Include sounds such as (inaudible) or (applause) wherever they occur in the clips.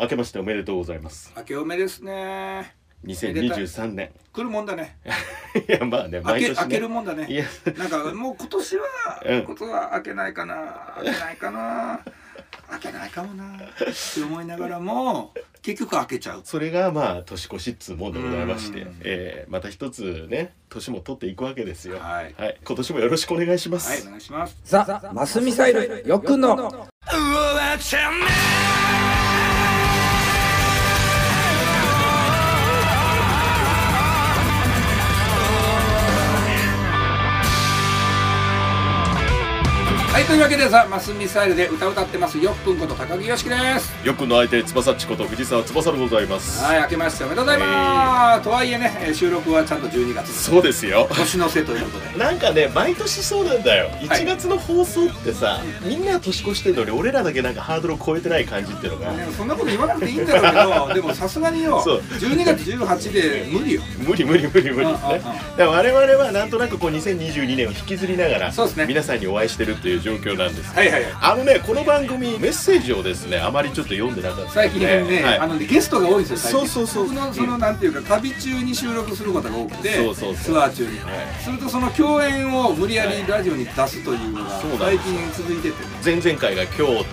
明けましておめでとうございます明けおめですね2023年 (laughs) 来るもんだねいやまあね明毎け年ね明けるもんだいねやなんかもう今年は、 (laughs) うん今年は明けないかな明けないかな明けないかもなって思いながらも結局明けちゃうそれがまあ年越しっつうもんでございましてうん、えーまた一つね年も取っていくわけですよはいはい、今年もよろしくお願いしまはいおす、願いしますザ・マスミサイル、よくの。はいというわけでさマスミサイルで歌歌ってますよっぷんこと高木よしきですよくの相手翼っちこと藤沢翼でございます、はい明けましておめでとうございます、とはいえねえー収録はちゃんと12月そうですよ年の瀬ということでなんかね毎年そうなんだよはい1月の放送ってさ、みんな年越してんのに俺らだけなんかハードルを超えてない感じっていうのがでもそんなこと言わなくていいんだろうけどでもさすがによそう12月18で無理よ無理無理無理無理ですうんうんうねんだから我々はなんとなくこう2022年を引きずりながらそうですね皆さんにお会いしてるという状況なんですはいはいはいあのねこの番組メッセージをですねあまりちょっと読んでなかった最近ね、はいあのねゲストが多いんですよ最近そうそうそう僕のその、なんていうか旅中に収録することが多くてそうそうそうツアー中に、するとその共演を無理やりラジオに出すというのがそうなんです最よ近続いててね前々回が京都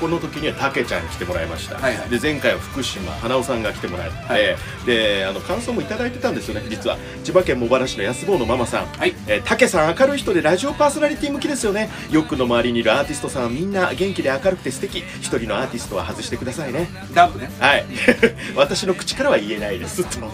この時にはたけちゃん来てもらいました、はいはいで前回は福島花尾さんが来てもらって、はいであの感想もいただいてたんですよね実は千葉県茂原市の安坊のママさんはいえー、たけさん明るい人でラジオパーソナリティ向きですよねよくの周りにいるアーティストさんはみんな元気で明るくて素敵一人のアーティストは外してくださいねダブねはい (laughs) 私の口からは言えないですと、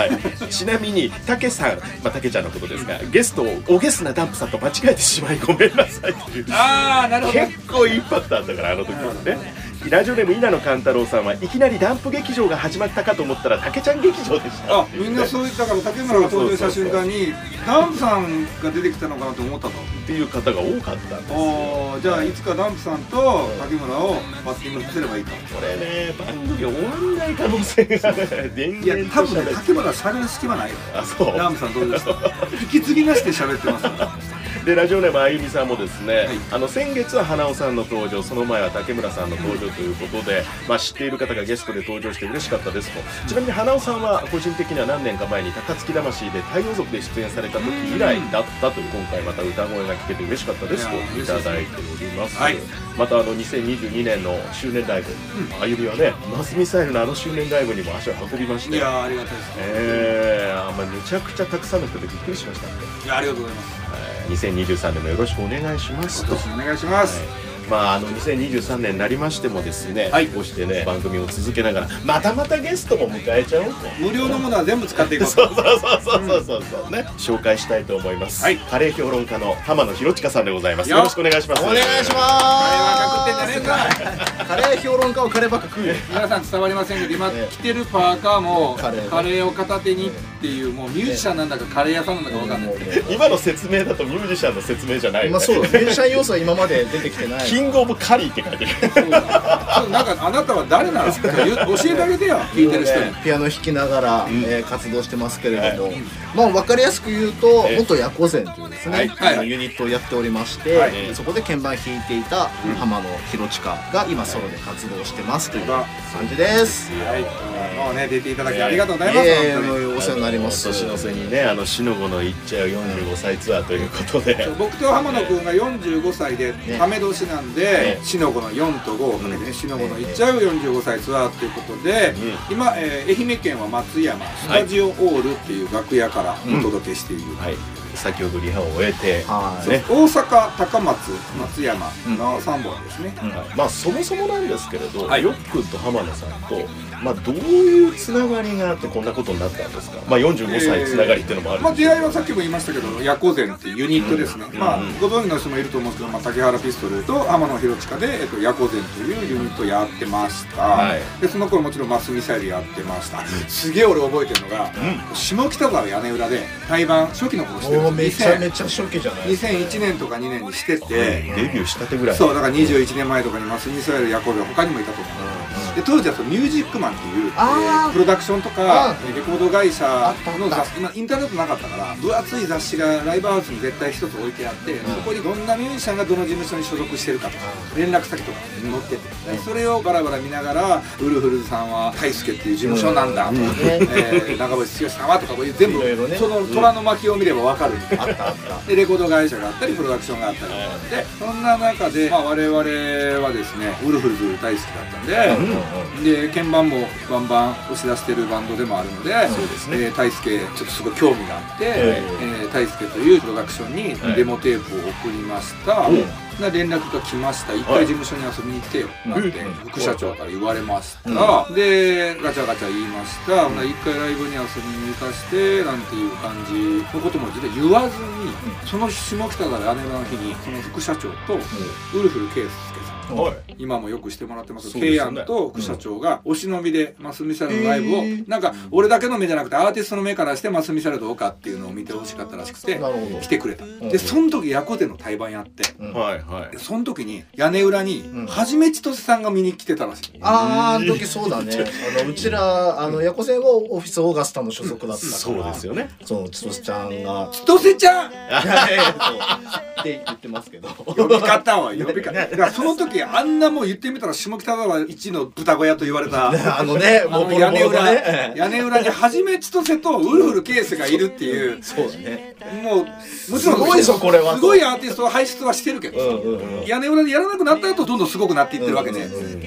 はい、ちなみにたけさんまあたけちゃんのことですがゲストをおゲスなダンプさんと間違えてしまいごめんなさいというああなるほどね結構インパクトあったからあの時はねラジオネーム稲野勘太郎さんはいきなりダンプ劇場が始まったかと思ったらたけちゃん劇場でしたあみんなそう言ったから竹村が登場した瞬間にダンプさんが出てきたのかなと思ったとっていう方が多かったんですよおーじゃあいつかダンプさんと竹村をバッティングさせればいいとこれね番組終わんない可能性が電いや源多とし分ゃねべ竹村喋る隙間ないよあそうラムさんどう (laughs) ですか引き継ぎなしで喋ってますからでラジオネームあゆみさんもですね、いあの先月は花尾さんの登場その前は竹村さんの登場ということで、まあ、知っている方がゲストで登場して嬉しかったですとちなみに花尾さんは個人的には何年か前に高槻魂で太陽族で出演された時以来だったという今回また歌声が聞けて嬉しかったですといやーいただいております、はいまたあの2022年の周年ライブ、あゆみはねマスミサイルのあの周年ライブにも足を運びましいてやーありがたいですねえー、あまあめちゃくちゃたくさんの人でびっくりしましたんで、いやありがとうございますえー2023年もよろしくお願いしますと。今年もお願いします、まあ、あの2023年になりましてもですね、はいこうしてね番組を続けながらまたまたゲストも迎えちゃおうと無料のものは全部使っていこうそうそうそうそうそうそうね、紹介したいと思います、はいカレー評論家の浜野博親さんでございますよよろしくお願いしますお願いしあれはま確定すじゃねえかカレー評論家をカレーばっか食うよ皆さん伝わりませんけど今ええ着てるパーカーもカカレレーーを片手にっていうもうミュージシャンなんだかカレー屋さんなんだかわかんないですけど今の説明だとミュージシャンの説明じゃないよねまあそう電車要素は今まで出てきてないキングオブカリーって書いてるそうなんかあなたは誰 (laughs) なのちょっと言う教えてあげてよ聞いてる人に、ピアノ弾きながら、えー活動してますけれども、まあ分かりやすく言うとええ元ヤコゼンというですね、はいあのユニットをやっておりまして、はいそこで鍵盤弾いていた浜野博親が今ソロで活動してますという感じです、はい、もうね出ていただきありがとうございます、ええ本当にお世話になります年の瀬にねあのしのごの行っちゃう45歳ツアーということで、僕と浜野君が45歳でため年なんで、ねしのこの4と5をかけてね、しのこのいっちゃう45歳ツアーということで、今、えー愛媛県は松山スタジオオールっていう楽屋からお届けしている、はい、先ほどリハを終えて、はいね大阪高松松山の3本ですね、はいまあそもそもなんですけれど、はいよっくんと浜野さんと、まあ、どういうつながりがあってこんなことになったんですか、まあ、45歳つながりっていうのもあるんまあ、です出会いはさっきも言いましたけど夜行膳っていうユニットですね、まあ、ご存知の人もいると思うんですけど、まあ、竹原ピストルと天野博親で、えっと、夜行膳というユニットやってました、はいでその頃もちろんマスミサイルやってました、すげえ俺覚えてるのが、下北沢屋根裏で対バン初期の頃しておるおめちゃめちちゃ初期じゃないですか2001年とか2年にしてて、デビューしたてぐらいそうだから21年前とかにマスミサイル夜行膳他にもいたと思う、で当時はそのミュージックマンっていう、えあーープロダクションとかうレコード会社のあったあ雑っ誌、まあ、インターネットなかったから分厚い雑誌がライブハウスに絶対一つ置いてあって、そこにどんなミュージシャンがどの事務所に所属してるかとか連絡先とか載ってて、でそれをバラバラ見ながらウルフルズさんは大輔っていう事務所なんだとか、うんえー中渕剛さんはとかこういう全部いろいろねその虎の巻を見れば分かるみたいなあったあったでレコード会社があったりプロダクションがあったりとかあってそんな中で、まあ、我々はですねウルフルズ大好きだったんで、で鍵盤もバンバン押し出してるバンドでもあるのでそうですねえー大輔ちょっとすごい興味があって、ええー大輔というプロダクションはいにデモテープを送りました、うんな連絡が来ました一は回い事務所に遊びに来てよってなって、うん副社長から言われました、でガチャガチャ言いました、ほな一回ライブに遊びに行かしてなんていう感じのことも実は言わずに、その下北沢で姉の日にその副社長とウルフル圭介さんはい今もよくしてもらってますそうケでイすアよンねと副社長がお忍びでマスミサルのライブを、なんか俺だけの目じゃなくてアーティストの目からしてマスミサルどうかっていうのを見てほしかったらしくてなるほど来てくれた、んでその時ヤコテの対バンやってはいはいでその時に屋根裏んにはじめちとせさんが見に来てたらしい、あーあの時そうだねあのうちらあのヤコセンはオフィスオーガスタの所属だったからそうですよねその千歳ちゃんがちとせちゃんいやいやそうって言ってますけど呼び方は呼び方だからその時あんなもう言ってみたら下北沢一の豚小屋と言われたあのねあ (laughs) ものうボロ屋ボ根ロ裏、だね屋根裏にはじめちとせとウルフルケースがいるっていうそうだねもうもちろんすごいぞこれはすごいアーティストは輩出はしてるけうど、んうんうん屋根裏でやらなくなった後どんどんすごくなっていってるわけで、うんうんうん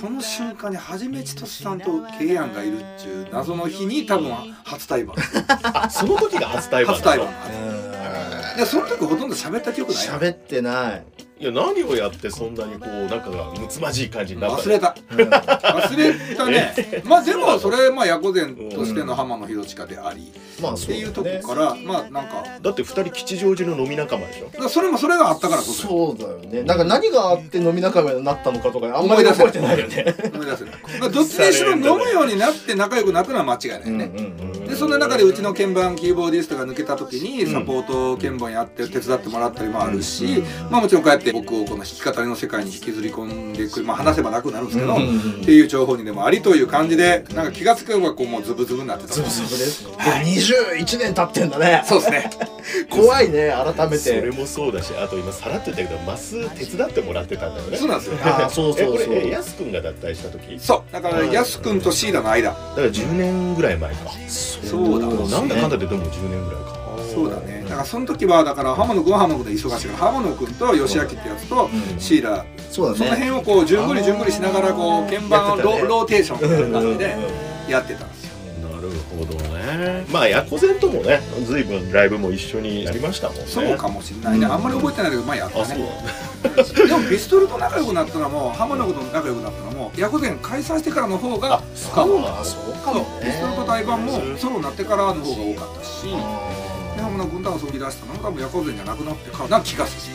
その瞬間にはじめちとしさんとケイアンがいるっていう謎の日に多分初対バンあその時が初対話初対バンうんでその時ほとんど喋った記憶ないよ喋ってないいや何をやってそんなにこう仲がむつまじい感じになった忘のれた忘れたね (laughs) まあでもそれまあヤコゼンとしての浜野博親でありまあっそうてだいようねとこからまあなんかだかだって二人吉祥寺の飲み仲間でしょらそれもそれがあったからこそよそうだよねなんか何があって飲み仲間になったのかとかあんまり覚えてない (laughs) よね思い出せるだからどっちにしろ飲むようになって仲良くなったのは間違いないね、でそんな中でうちの鍵盤キーボーディストが抜けた時にサポート鍵盤やって手伝ってもらったりもあるし、まあ、もちろんこうやって僕をこの弾き語りの世界に引きずり込んでくる、まあ、話せば楽になるんですけど、うんうんうんっていう情報にでもありという感じでなんか気が付けばこうもうズブズブになってたズブズブですねで21年経ってんだねそうですね怖いね改めそれてもそうだしあと今さらっと言ったけどマス手伝ってもらってたんだよねそうなんですよああそう (laughs) えそうこそうれえやすくんが脱退した時そうだからやすくんとシーダの間だから10年ぐらい前かそうだそうですねなんだかんだででも10年ぐらいかそうだねだからその時はだから浜野君は浜野君で忙しいから浜野君と吉明ってやつとシーダそうそのだ辺ねをこうじゅんぐりじゅんぐりしながらこう鍵盤をやってロ,、たねーテーションみたいな感じでうんうんうんやってたんですよなるほどねまあヤコゼンともね随分ライブも一緒にやりましたもんねそうかもしれないね、あんまり覚えてないけどまあやっあたそうねでもピストルと仲良くなったのも浜野こと仲良くなったのもヤコゼン解散してからの方が多そういなんだあそうかもピストルと対バンもソロになってからの方が多かったしであ浜野君と遊び出したのも多分ヤコゼンじゃなくなってからな気がする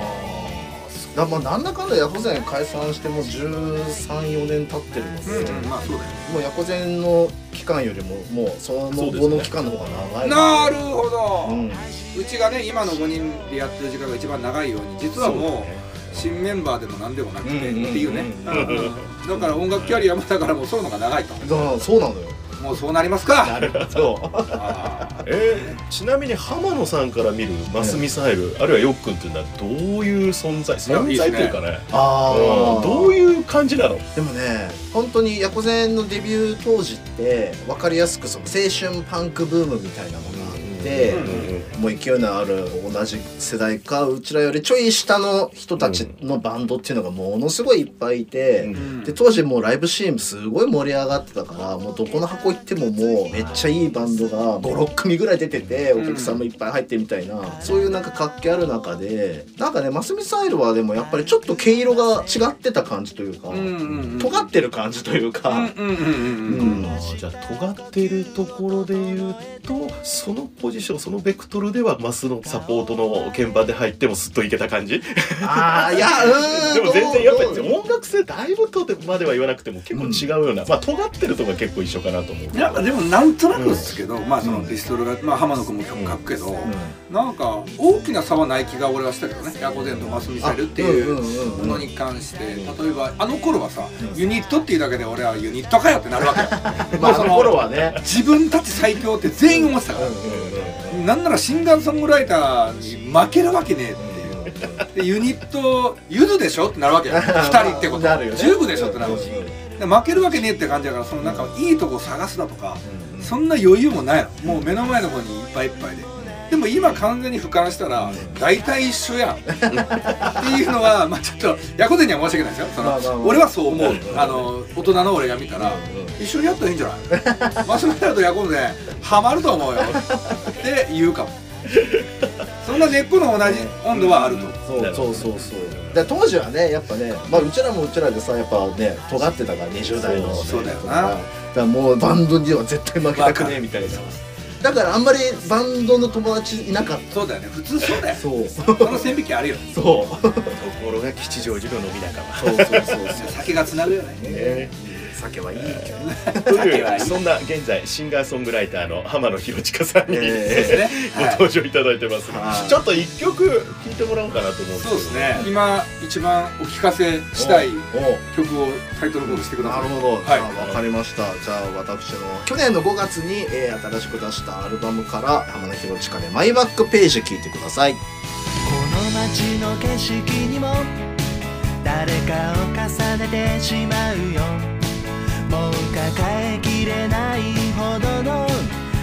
ーだまあなんだかんだヤコゼン解散しても134年経ってるのうん、で、うん、まあそうだよねもうヤコゼンの期間よりももうそのそうです後ねの期間の方が長いなるほど、ううんちがね今の5人でやってる時間が一番長いように実はそうだもうね新メンバーでも何でもなくてってうんうんうんうんいうねうんだから音楽キャリアもだからもうソロのが長いとだからそうなのよもうそうなりますかるほどあーえーちなみに浜野さんから見るマスミサイル、あるいはよっくんっていうのはどういう存在存在というかねあうあんどういう感じなのでもね本当にヤコゼンのデビュー当時って分かりやすくその青春パンクブームみたいなのがあって、もう勢いのある同じ世代かうちらよりちょい下の人たちのバンドっていうのがものすごいいっぱいいて、うんで当時もうライブシーンすごい盛り上がってたからもうどこの箱行ってももうめっちゃいいバンドが56組ぐらい出ててお客さんもいっぱい入ってみたいな、そういうなんか活気ある中でなんかねマスミサイルはでもやっぱりちょっと毛色が違ってた感じというか、うんうんうん尖ってる感じというか、うんうんうんうんうんじゃあ尖ってるところで言うとそのポポジションそのベクトルではマスのサポートの鍵盤で入ってもすっといけた感じああ (laughs) いやうーんでも全然やっぱりどうどう音楽性だいぶとまでは言わなくても結構違うような、まあ尖ってるとか結構一緒かなと思うけどなんかでもなんとなくですけど、まあそのピストルが、まあ、浜野君も曲書くけど、なんか大きな差はない気が俺はしたけどねヤコゼンとマスミサイルっていあうんんもんのに関して例えばあの頃はさユニットっていうだけで俺はユニットかよってなるわけよま (laughs) まああそそのの頃はね自分たち最強って全員思ってたから、なんならシンガーソングライターに負けるわけねえっていうでユニットゆずでしょってなるわ (laughs) けよ2人ってことなるよね10部でしょってなるしうんうんで負けるわけねえって感じだからそのなんかいいとこ探すだとか、そんな余裕もないのもう目の前の方にいっぱいいっぱいで。でも今完全に俯瞰したら大体一緒やんっていうのはまあちょっとヤコゼには申し訳ないですよその、まあまあまあ俺はそう思うあの大人の俺が見たら一緒にやったらいいんじゃない (laughs) マスメタルとヤコゼハマると思うよ (laughs) って言うかもそんな根っこの同じ温度はあると、そうそうそうそうで当時はねやっぱね、まあ、うちらもうちらでさやっぱね尖ってたから20代のそうそうだよなだからもうバンドには絶対負けたくねえみたいなだからあんまりバンドの友達いなかっそうだよね普通そうだよたそうそうその線引きあるよそうそうところが吉祥寺の飲み仲間そう (laughs) 酒がつなぐよねね酒はいいけどねというそんな現在シンガーソングライターの浜野博親さんに、え (laughs) ねご登場いただいてます、はいちょっと一曲聴いてもらおうかなと思うんですけそうどですね今一番お聞かせしたいお曲をタイトルコールしてくだなさいるほど、はいじゃあ分かりましたじゃあ私の去年の5月に、えー新しく出したアルバムから浜野博親で「マイバックページ」聴いてくださいこの街の景色にも誰かを重ねてしまうよもう抱えきれないほどの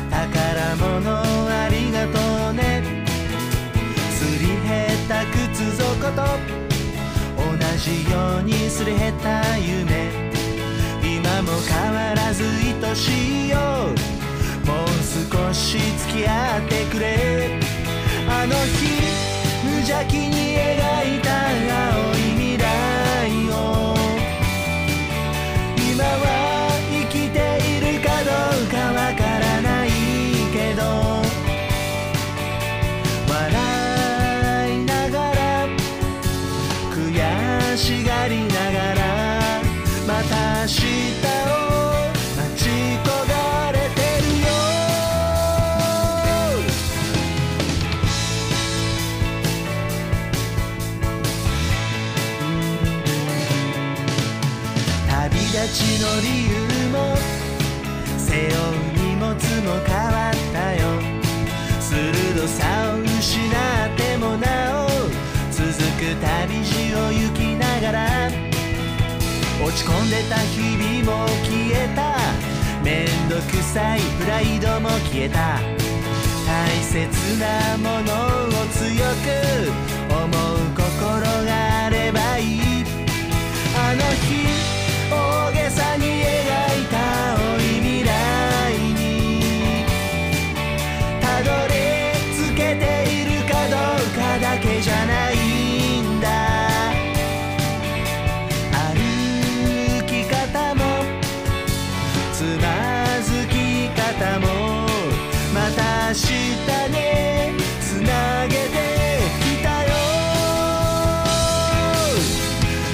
宝物ありがとうねすり減った靴底と同じようにすり減った夢今も変わらず愛しいよもう少し付き合ってくれあの日無邪気に描いた青い未来を今は生きているかどうかわからないけど笑いながら悔しがりながらまた明日を待ち焦がれてるよ旅立ちの理由も背負う荷物も変わったよ鋭さを失ってもなお続く旅路を行きながら落ち込んでた日々も消えためんどくさいプライドも消えた大切なものを強く思う心があればいいあの日大げさに描いた青い未来にたどり着けているかどうかだけじゃないんだ歩き方もつまずき方もまた明日ねつなげてきたよ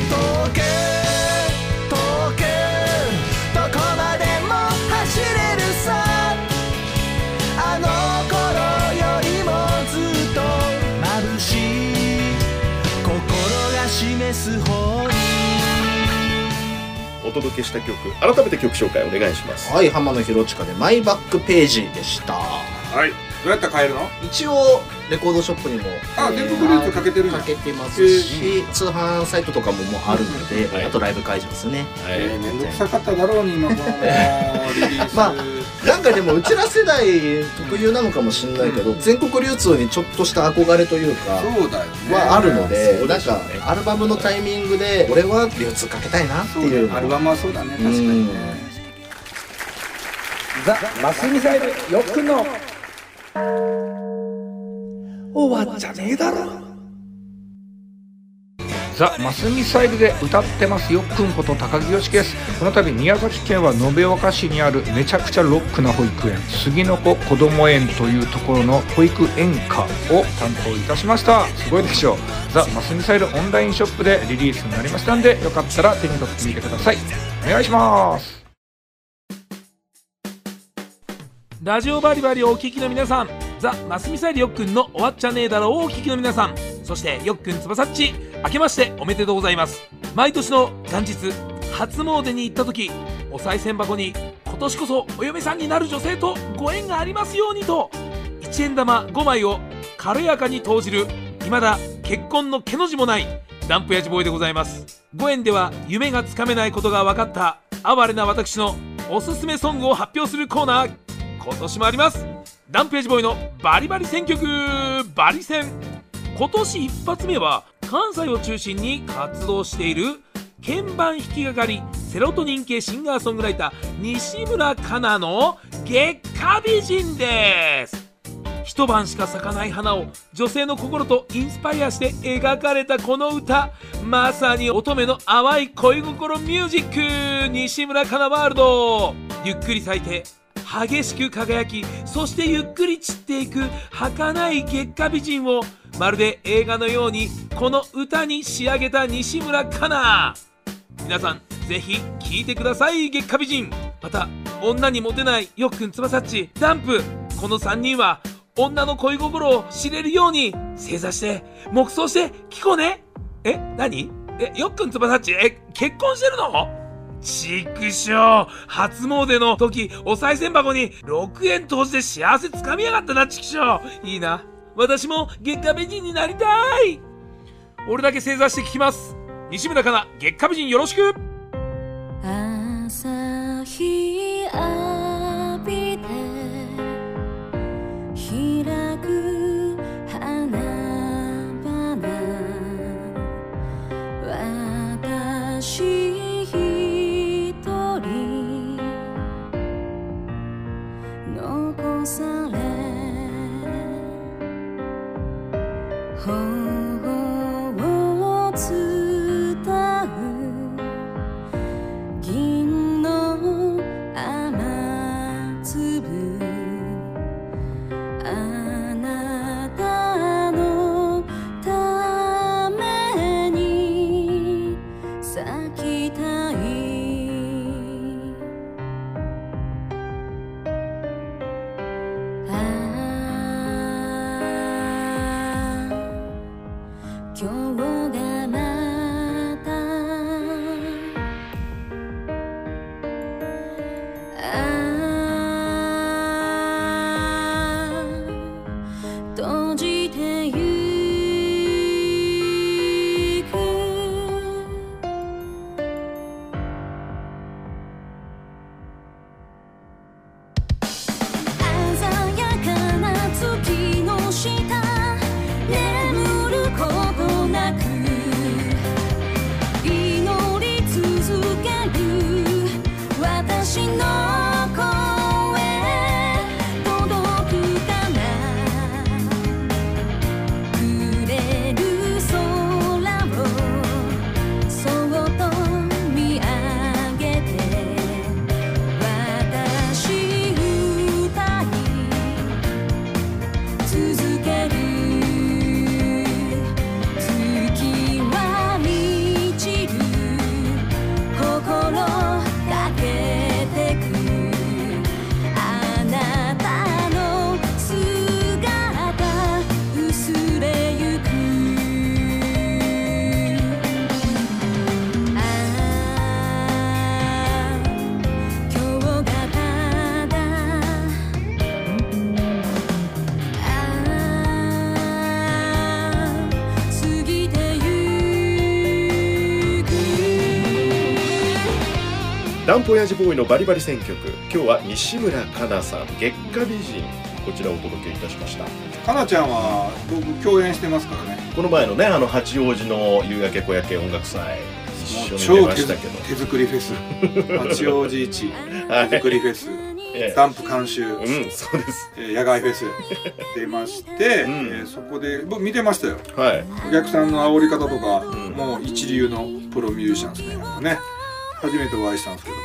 遠く遠くどこまでも走れるさあの頃よりもずっと眩しい心が示す方にお届けした曲改めて曲紹介お願いしますはい浜野博親で「マイバックページ」でしたはいどうやったら買えるの一応レコードショップにもあ全国ルーツかけてるんやかけてますし、通販サイトとかももうあるので、はいあとライブ会場ですねはいえー、めんどくさかっただろうに今このリリース、まあなんかでもうちら世代特有なのかもしれないけど、全国流通にちょっとした憧れというかそうだよねはあるので、そうなでんしょうかねアルバムのタイミングで俺は流通かけたいなってそういうねのアルバムはそうだね確かにねザ・マスミサイルよくの終わっちゃねえだろザ・マスミサイルで歌ってますよくんこと高木よしきですこの度宮崎県は延岡市にあるめちゃくちゃロックな保育園杉の子こども園というところの保育園歌を担当いたしましたすごいでしょうザ・マスミサイルオンラインショップでリリースになりましたんでよかったら手に取ってみてくださいお願いしますラジオバリバリをお聞きの皆さんザ・マスミサイルよっくんの「終わっちゃねえだろ」をお聞きの皆さんそしてよっくんつばさっち明けましておめでとうございます毎年の元日初詣に行った時お賽銭箱に今年こそお嫁さんになる女性とご縁がありますようにと一円玉5枚を軽やかに投じる未だ結婚のけの字もないダンプやじボーイでございます5円では夢がつかめないことが分かった哀れな私のおすすめソングを発表するコーナー今年もありますダンページボーイのバリバリ選曲バリ戦今年一発目は関西を中心に活動している鍵盤弾き語りセロトニン系シンガーソングライター西村かなの月下美人です一晩しか咲かない花を女性の心とインスパイアして描かれたこの歌まさに乙女の淡い恋心ミュージック西村かなワールドゆっくり咲いて激しく輝きそしてゆっくり散っていく儚い月下美人をまるで映画のようにこの歌に仕上げた西村かな皆さんぜひ聴いてください月下美人また女にモテないよっくんつばさっちダンプこの3人は女の恋心を知れるように正座して黙想して聞こうねえ何えよっくんつばさっちえ結婚してるのちくしょう初詣の時お賽銭箱に6円投じて幸せつかみやがったなちくしょういいな私も月下美人になりたい俺だけ正座して聞きます西村かな月下美人よろしく朝日浴びて開く花々私一人残され頬を伝う銀の雨粒あなたのために咲きたいああ今日がまたああ閉じてゆく鮮やかな月の下眠ることなく祈り続ける私の声届くかなくれる空をそっと見上げて私歌い続ける「月は満ちる」「心がけてく」「あなたの姿薄れゆく」「ああ今日がただ」「ああ過ぎてゆく」ダンプオヤジボーイのバリバリ選曲今日は西村かなさん月下美人こちらをお届けいたしましたかなちゃんは僕共演してますからねこの前のねあの八王子の夕焼け小焼け音楽祭一緒に出超ま手したけ作ど手作りフェス八王子市はい (laughs) 手 (laughs) 作りフェスえええダンプ監修、うん、そうです。えー野外フェス出まして、うんえーそこで僕見てましたよはい。お客さんの煽り方とか、んもう一流のプロミュージシャンですねやっぱね初めてお会いしたんですけど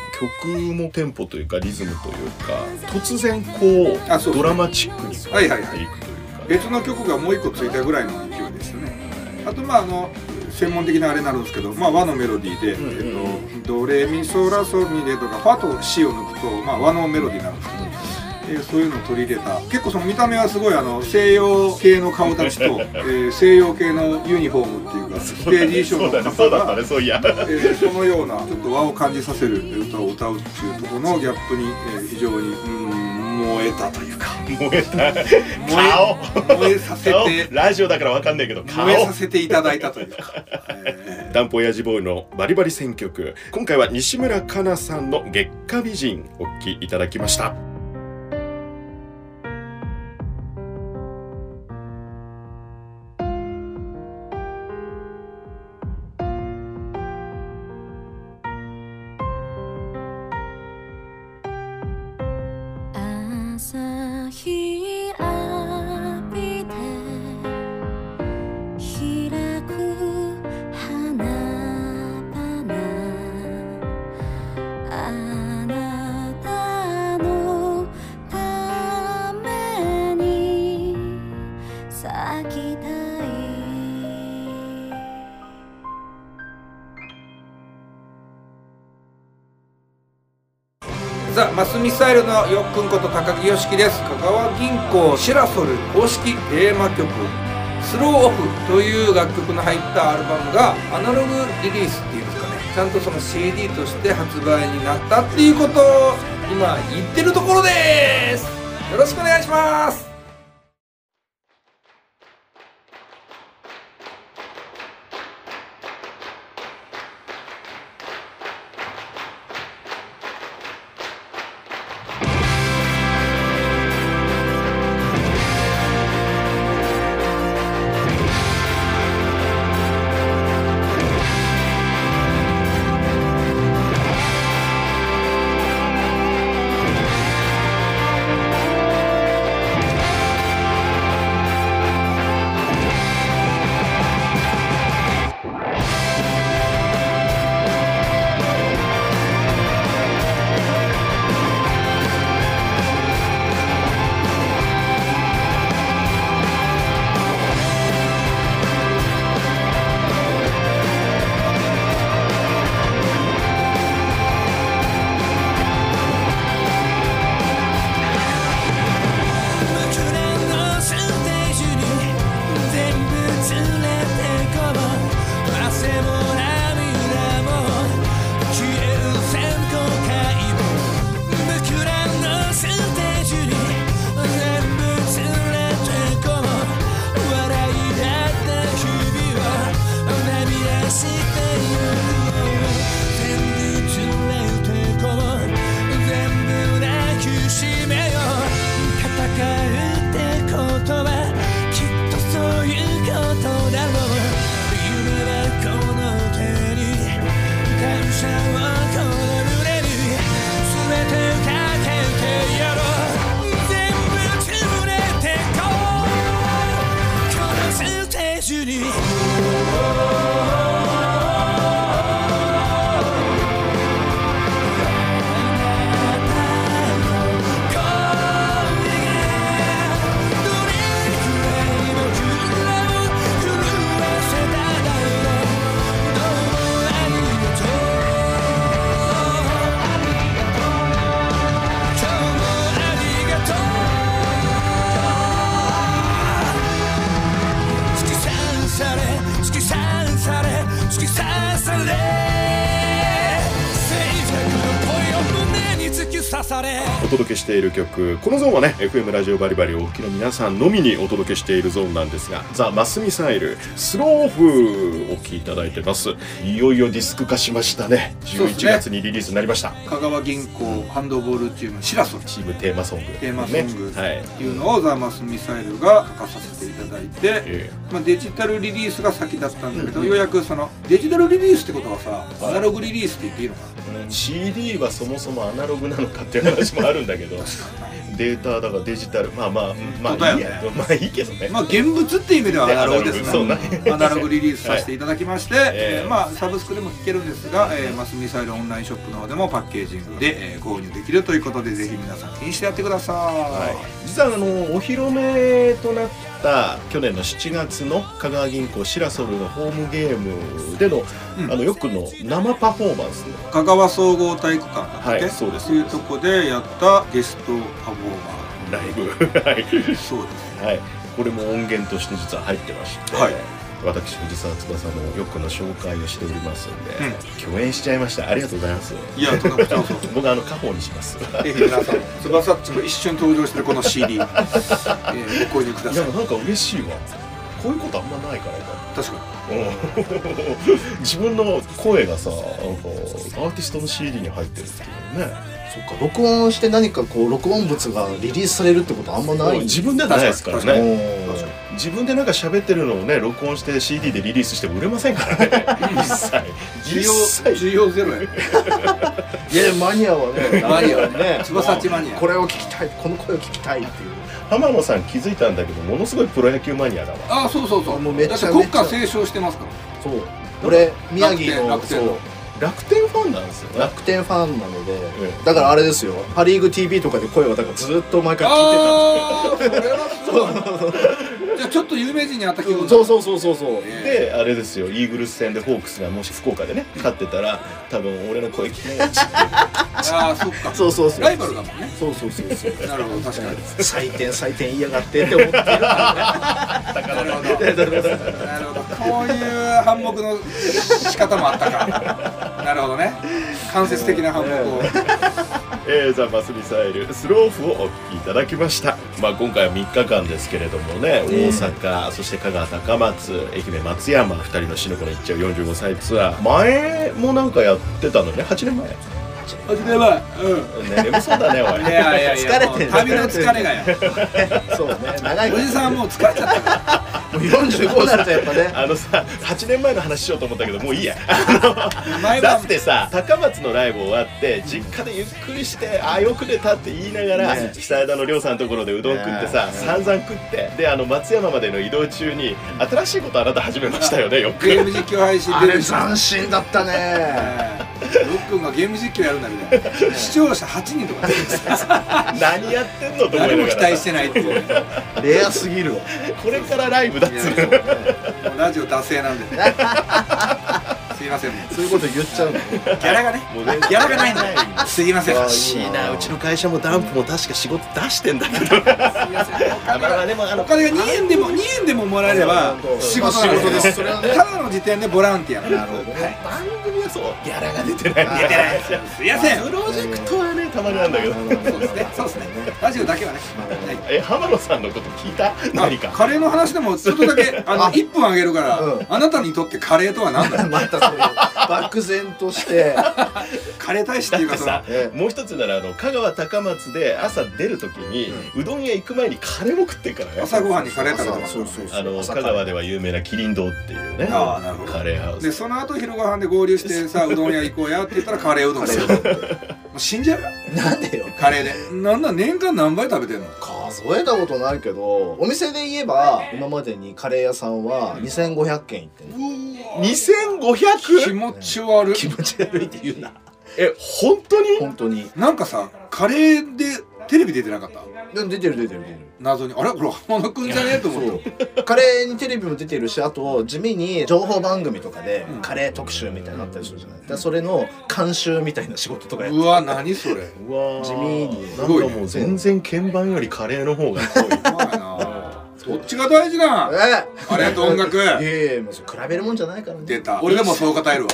曲のテンポというかリズムというか突然こあそううドラマチックに変わはっいてはいはいいくというか、別の曲がもう一個ついたぐらいの勢いですよねあとまああの専門的なあれになるんですけど、まあ、和のメロディーで、うんうんえっと、ドレミソラソミレとかファとシを抜くと、まあ、和のメロディーになるんですけど、えーそういうのを取り入れた結構その見た目はすごいあの西洋系の顔 (laughs) 立ちと、えー西洋系のユニフォームっていうかステージそ衣うだ装ねのそ方うだったがねそういやえーそのようなちょっと和を感じさせる歌を歌うっていうところのギャップに、えー非常にうん燃えたというか燃えた燃え燃えさせ顔てラジオだからわかんないけど顔燃えさせていただいたというか、えダンプオヤジボーイのバリバリ選曲今回は西村かなさんの月下美人お聴きいただきました朝日浴びて開く花々あなたのために咲きたいーザ・マスミサイルのよっくんこと高木よしきです香川銀行シラソル公式テーマ曲「スローオフ」という楽曲の入ったアルバムがアナログリリースっていうんですかねちゃんとその CD として発売になったっていうことを今言ってるところですよろしくお願いします無垢なのステージに全部連れてこう汗も涙も消える全後悔も無垢なのステージに全部連れてこう笑いだった日々は涙してゆく全部連れてこう全部抱きしめよう戦うってことはきっとそういうことだろう夢はこの手に感謝をこの胸に全てかけてやろう全部連れてこうこのステージにどれくらいの自分を狂わせただろう」「どうもありがとう」「今日もありがとう」「突き刺され突き刺され突き刺され」「静寂の恋を胸に突き刺され」お届けしている曲このゾーンはね FM ラジオバリバリお聴きの皆さんのみにお届けしているゾーンなんですが「ザ・マスミサイルスローオフ」お聴きいただいてますいよいよディスク化しましたねそうです11ね月にリリースになりました、香川銀行ハンドボールチームシラソルチームテーマソング、ね、テーマソングはいっていうのをザ・マスミサイルが書かさせていただいて、えまあ、デジタルリリースが先だったんだけど、ようやくそのデジタルリリースってことはさアナログリリースって言っていいのかなえ CD はそもそもアナログなのかっっていう話もあるんだけどデータだからデジタルまあまあまあいいやまあいいけどね、まあ現物っていう意味ではアナログですそうねねアナログリリースさせていただきまして、え (laughs) えーまあサブスクでも聴けるんですが、えー、マスミサイルオンラインショップの方でもパッケージングで、えー購入できるということでぜひ皆さん気にしてやってください、はい、実はあのお披露目となった去年の7月の香川銀行シラソルのホームゲームでの、うんあのよくの生パフォーマンスの香川総合体育館だっけ、はいそうですというとこでやったゲストパフォーマライブはい、 (laughs) ーそうですはい、これも音源として実は入ってまして、はい私藤沢翼のよくの紹介をしておりますんで、共演しちゃいましたありがとうございますいやとんでもないそう僕はあの家宝にしますぜひ皆さん翼っちも一瞬登場してるこの CD、えー、ご購入くだいさやいなんか嬉しいわこういうことあんまないから今確かうんに (laughs) 自分の声がさなんかアーティストの CD に入ってるっていうねそっか録音して何かこう録音物がリリースされるってことあんまないんだ自分ではないですからねおー自分でなんか喋ってるのをね録音して CD でリリースしても売れませんからね一切需要一切需要ゼロやいやマニアはねマニアはね翼っちマニアこれを聞きたいこの声を聞きたいっていう浜野さん気づいたんだけどものすごいプロ野球マニアだわああそうそうそうもうめっちだゃって国家斉唱してますからそう俺宮城の楽天楽天のそう楽天ファンなんですよね楽天ファンなので、えだからあれですよパ・リーグ TV とかで声をだからずっと毎回聞いてたああそれはすごいじゃあちょっと有名人に会った気分だそうそうそうそうそうえであれですよイーグルス戦でホークスがもし福岡でね勝ってたら多分俺の声聞けないしーああそっかそうそうそうライバルだもんねそうそうそうそうなるほど確かに採点採点言いやがってって思ってるなるほどなるほどこういう反目の仕方もあったかなるほどね間接的な反目 (laughs) をえー、ザ・マスミサイルスローフをお聞きいただきました、まあ、今回は3日間ですけれどもね大阪、そして香川高松愛媛松山2人の死ぬ子の一丁45歳ツアー前もなんかやってたのね8年前ね初めはうん眠そうだね (laughs) おいいやいやいや疲れてるもう旅の疲れがやそうね長いおじさんもう疲れちゃったからもう45になる (laughs) とやっぱ (laughs) ねあのさ8年前の話しようと思ったけどもういいや前だ晩ってさ高松のライブ終わって実家でゆっくりしてああよく出たって言いながら、ね久枝の亮さんのところでうどん食ってさ、ね散々食ってであの松山までの移動中に新しいことあなた始めましたよねよく (laughs) ゲーム実況配信あ出れるし斬新だったねロックンがゲーム実況やるんだみたいな視聴者8人とか何やってんのと思誰いもなが期ら待してないっていうレアすぎるわこれからライブだっいつやうそうのねもうラジオ惰性なんでねすいませんもうそういうこと言っちゃうのギャラがねもう全然ギャラがないんですいませんうわすいいなうちの会社もダンプも確か仕事出してんだけどいませんお金がでもあお金が2円でも2円でももらえれば仕事なん仕事ですそれはねただの時点でボランティアなんでなるほどね番組はそうギャラが出てない出てないすいませんプロジェクトはねたまにあるんだけどそうですねそうですねラジオだけはねはいえ浜野さんのこと聞いた何かあカレーの話でもちょっとだ (laughs) けあのあ1分あげるから、うんあなたにとってカレーとは何 (laughs) だろうまたそれ漠然としてカレー大使だってっいうかてその (laughs) さ、ええもう一つならあの香川高松で朝出る時に、うどん屋行く前にカレーも食ってるからね朝ごはんにカレー食べてますそうそうそうあの香川では有名なキリン堂っていうねああなるほどカレーハウでスその後昼ご飯で合流してさうどん屋行こうやって言ったらカレーうどんするもう死んじゃうよなんでよカレーでなんだ年間何杯食べてんの数えたことないけどお店で言えば今までにカレー屋さんは2500軒行ってね気 2500? 持ち悪い気持ち悪いって言うなえ本当に本当になんかさカレーでテレビ出てなかったでも出てる出てる出てる謎にあれこれ浜野くんじゃねえとそ思っうてカレーにテレビも出てるしあと地味に情報番組とかでカレー特集みたいなのあったりするじゃないだからそれの監修みたいな仕事とかやっうわ何それうわー地味なんにかすごいもう全然鍵盤よりカレーの方が (laughs) 濃いうまいなどっちが大事なんえあれと音楽 (laughs) いやいやもうそれ比べるもんじゃないからね出た俺でもそう答え (laughs) るわ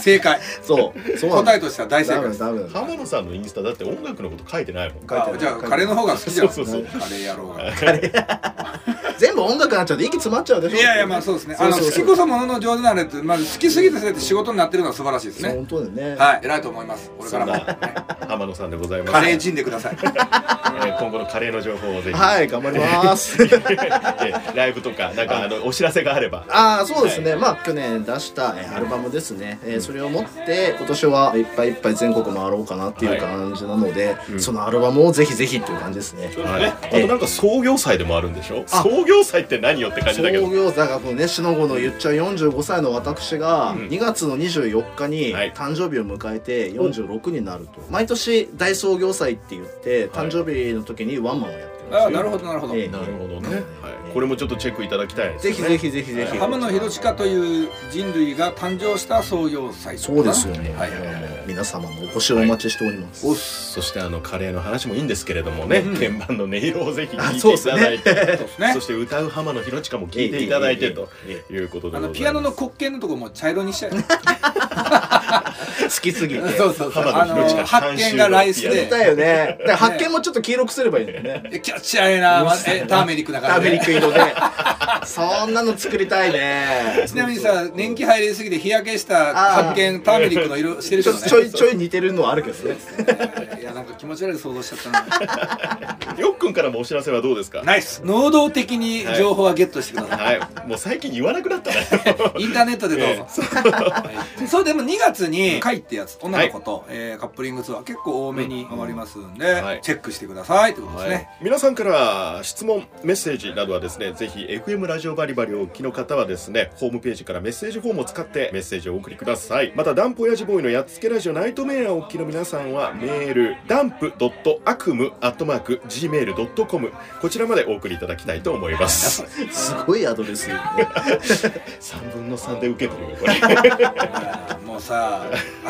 正解そうそう答えとしては大正ダ解メですダメダメ浜野さんのインスタだって音楽のこと書いてないもん書いてないじゃあカレーの方が好きじゃんそうそうそうカレー野郎が全部部音楽になっちゃうと息詰まっちゃうでしょいやいやまあそうですねそうそうそうあの好きこそものの上手なれって、まあ、好きすぎてそうやって仕事になってるのは素晴らしいですそうね本当だよねはい偉いと思います俺からも、そんね浜野さんでございます。カレー陣でくださいえー今後のカレーの情報をぜひ。はい頑張ります (laughs) (laughs) えーライブとか、なんかあのお知らせがあれば。ああそうですね、まあ去年出した、えーアルバムですね、えーそれを持って今年はいっぱいいっぱい全国回ろうかなっていう感じなので、そのアルバムをぜひぜひっていう感じですね、はい、あとなんか創業祭でもあるんでしょ創業祭って何よって感じだけど創。業座がこのねしのごの言っちゃう45歳の私がん2月の24日にはい誕生日を迎えて46になると、毎年大創業祭って言って誕生日の時にワンマンをやってああなるほどなるほど、ええなるほどね、はい。これもちょっとチェックいただきたいですぜね。ひぜひぜひぜひ浜野博親という人類が誕生した創業祭そうですよね、はいはいはい皆様のお越しをお待ちしております、おっすそしてあのカレーの話もいいんですけれどもね、うん鍵盤の音色をぜひあ聞いそうてでいすたねだいて、そうですねそして歌う浜野ひろちかも聞いていただいてとえええええいうことでござあいますのピアノの滑稽のとこも茶色にし (laughs) ちゃう好きすぎて (laughs) そう浜あ野ひろちのか発見がライス監修だでよねだから発見もちょっと黄色くすればいいんだよねえキャッチャーええなまえターメリックだタからーメリねック色でそんなの作りたいねちなみにさ年季入りすぎて日焼けした発 (laughs) 見ターメリックの色してるち人ょねちょいちょい似てるのはあるけどねいやなんか気持ち悪い想像しちゃっ (laughs) たなよっくんからもお知らせはどうです (laughs) かナイス能動的に情報はゲットしてください、はいもう最近言わなくなった (laughs) ねインターネットでどうぞ、はいそうでも2月に「カイ」ってやつ女の子と、えーカップリングツアー結構多めに回りますんで、はいチェックしてくださいってことですはいね、、皆さんから質問メッセージなどはですねぜひ FM ラジオバリバリをお聞きの方はですねホームページからメッセージフォームを使ってメッセージをお送りくださいまたダンプ親父ボーイのやっつけラジオナイトメアをお聞きの皆さんはメールダンプドットアクムアットマーク Gmail.com こちらまでお送りいただきたいと思いますすごいアドレスよね3分の3で受け取るよこれ (laughs) あーもう (laughs) さ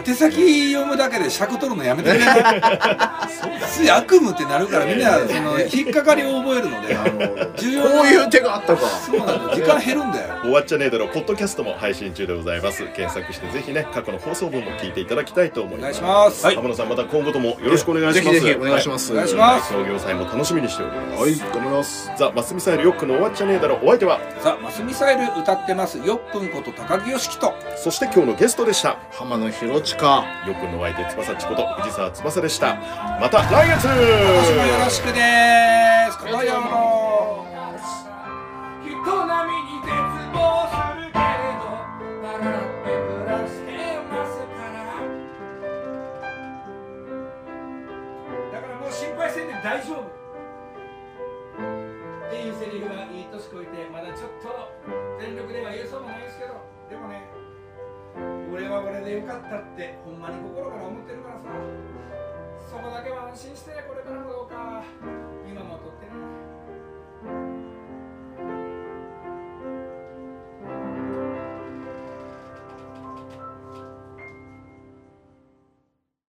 宛先読むだけで尺取るのやめてねつい悪夢ってなるからみんなその引っかかりを覚えるのであの重要な (laughs) こういう手があったかそうなんだよ時間減るんだよ終わっちゃねえだろポッドキャストも配信中でございます検索してぜひね過去の放送分も聞いていただきたいと思いおま願いすします、浜野さんまた今後ともよろしくお願いしぜまひすぜひお願いしますお願いしはます創業祭も楽しみにしております、い頑張りますザ・マスミサイルよっくんの終わっちゃねえだろお相手はさあマスミサイル歌ってますよっぷんこと高木よしきとそして今日のゲストでした浜野ひろちかよっくんのお相手翼ちこと藤沢翼でしたまた来月私もよろしくです。このような人並みに絶望するけれど笑って暮らしてますからだからもう心配せんで大丈夫っていうセリフがいい年こいてまだちょっと全力では言えそうもないですけどでもね俺は俺でよかったってほんまに心から思ってるからさそこだけは安心して